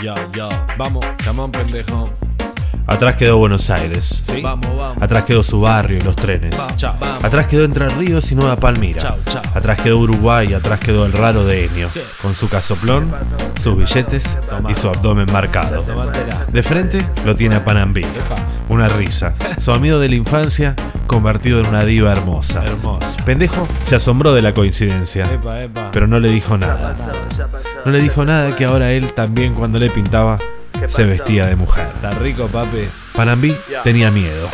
Yo, yo. Vamos, camón, pendejo. Atrás quedó Buenos Aires. Sí. Vamos, vamos. Atrás quedó su barrio y los trenes. Va, chao, vamos. Atrás quedó Entre Ríos y Nueva Palmira. Chao, chao. Atrás quedó Uruguay, atrás quedó el raro de Enio. Sí. Con su casoplón, sus billetes y su abdomen marcado. Tomátela. De frente lo tiene a Panambí. Una risa. Su amigo de la infancia convertido en una diva hermosa. Hermoso. Pendejo se asombró de la coincidencia. Epa, epa. Pero no le dijo nada. No le dijo nada que ahora él también cuando le pintaba se vestía de mujer. Está rico, papi. Panambí tenía miedo.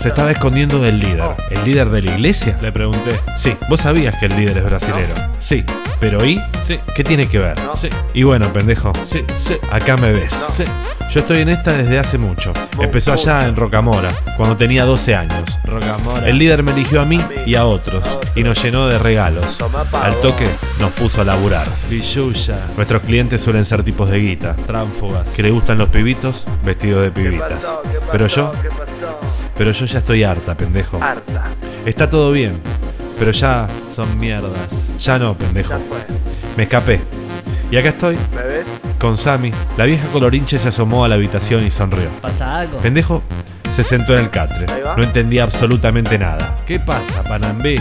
Se estaba escondiendo del líder. ¿El líder de la iglesia? Oh. Le pregunté. Sí, vos sabías que el líder es brasilero. Sí, pero ¿y? Sí. ¿Qué tiene que ver? Sí. Y bueno, pendejo. Sí, sí. Acá me ves. Sí. Yo estoy en esta desde hace mucho. Empezó allá en Rocamora, cuando tenía 12 años. Rocamora. El líder me eligió a mí y a otros, y nos llenó de regalos. Al toque nos puso a laburar. Villuya. Nuestros clientes suelen ser tipos de guita, Tránfugas. que le gustan los pibitos vestidos de pibitas. Pero yo, pero yo ya estoy harta, pendejo. Ah. Está todo bien, pero ya, Son mierdas. ya no, pendejo. Me escapé. Y acá estoy, ¿Me ves? con Sammy. La vieja colorinche se asomó a la habitación y sonrió. ¿Pasa algo? Pendejo se sentó en el catre. Ahí va. No entendía absolutamente nada. ¿Qué pasa, Panambé?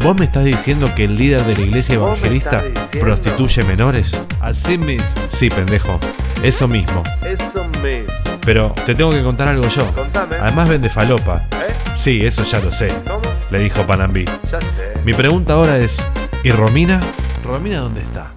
¿Vos me estás diciendo que el líder de la iglesia ¿Vos me evangelista estás diciendo? prostituye menores? Así mismo. Sí, pendejo. Eso mismo. Eso mismo. Pero te tengo que contar algo yo. Contame. Además vende falopa. ¿Eh? Sí, eso ya lo sé, ¿Cómo? le dijo Panambí. Ya sé. Mi pregunta ahora es, ¿y Romina? ¿Romina dónde está?